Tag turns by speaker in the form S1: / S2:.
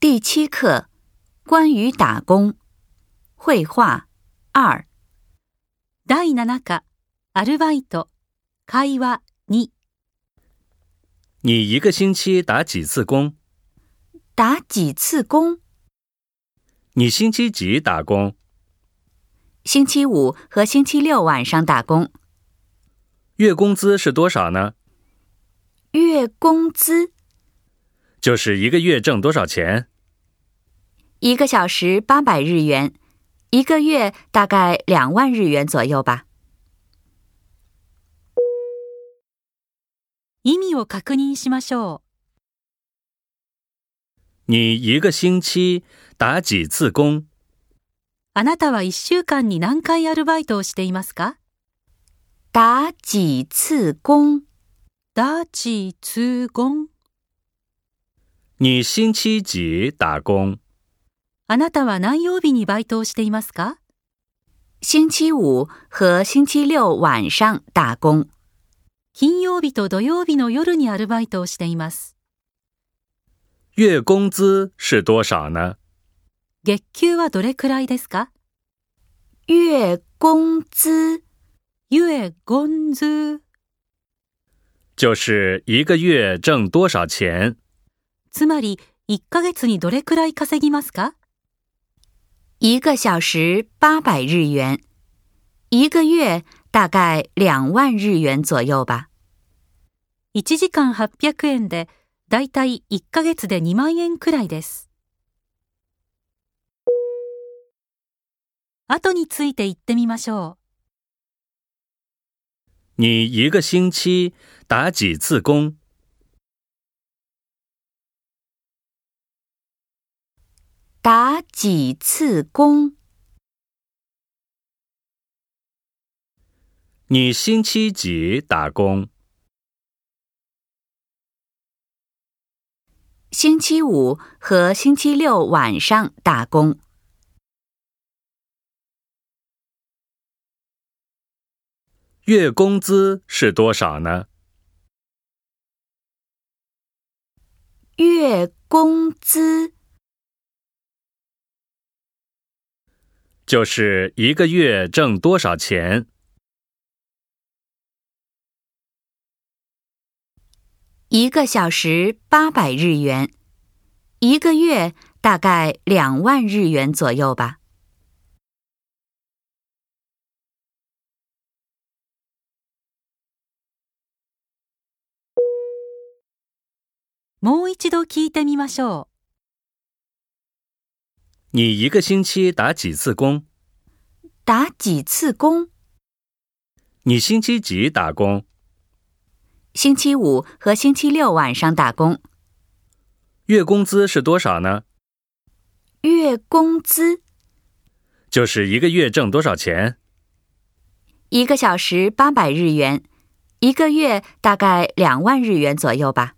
S1: 第七课：关于打工，绘画二。
S2: 第7課、アルバイト、会話2、
S3: 你一个星期打几次工？
S1: 打几次工？
S3: 你星期几打工？
S1: 星期五和星期六晚上打工，
S3: 月工资是多少呢？
S1: 月工资
S3: 就是一个月挣多少钱？
S1: 一个小时八百日元，一个月大概两万日元左右吧。
S2: 意味を確認しましょ
S3: 你一个星期打几次工？
S2: う。あなたは1週間に何回アルバイトをしていますか
S1: 打几次工？
S2: ダーチーツーゴン。
S3: 你星期几打工？
S2: あなたは何曜日にバイトをしていますか
S1: 星期五和星期六晚上打工，
S2: 金曜日と土曜日の夜にアルバイトをしています。
S3: 月工资是多少呢？
S2: 月給はどれくらいですか
S1: 月工资
S2: ゆえゴンズー。
S3: 就是一个月挣多少钱？
S2: つまり、1ヶ月にどれくらい稼ぎますか
S1: 一个小时八百日元，一个月大概两万日元左右吧。
S2: ?1 時間800円で、だいたい1ヶ月で2万円くらいです。後について言ってみましょう。
S3: 你一个星期打几次工？
S1: 打几次工？
S3: 你星期几打工？
S1: 星期五和星期六晚上打工，
S3: 月工资是多少呢？
S1: 月工资
S3: 就是一个月挣多少钱？
S1: 一个小时八百日元，一个月大概两万日元左右吧。
S2: もう一度聞いてみましょ
S3: 你一个星期打几次工？
S1: 打几次工？
S3: 你星期几打工？
S1: 星期五和星期六晚上打工，
S3: 月工资是多少呢？
S1: 月工资
S3: 就是一个月挣多少钱？
S1: 一个小时八百日元，一个月大概两万日元左右吧。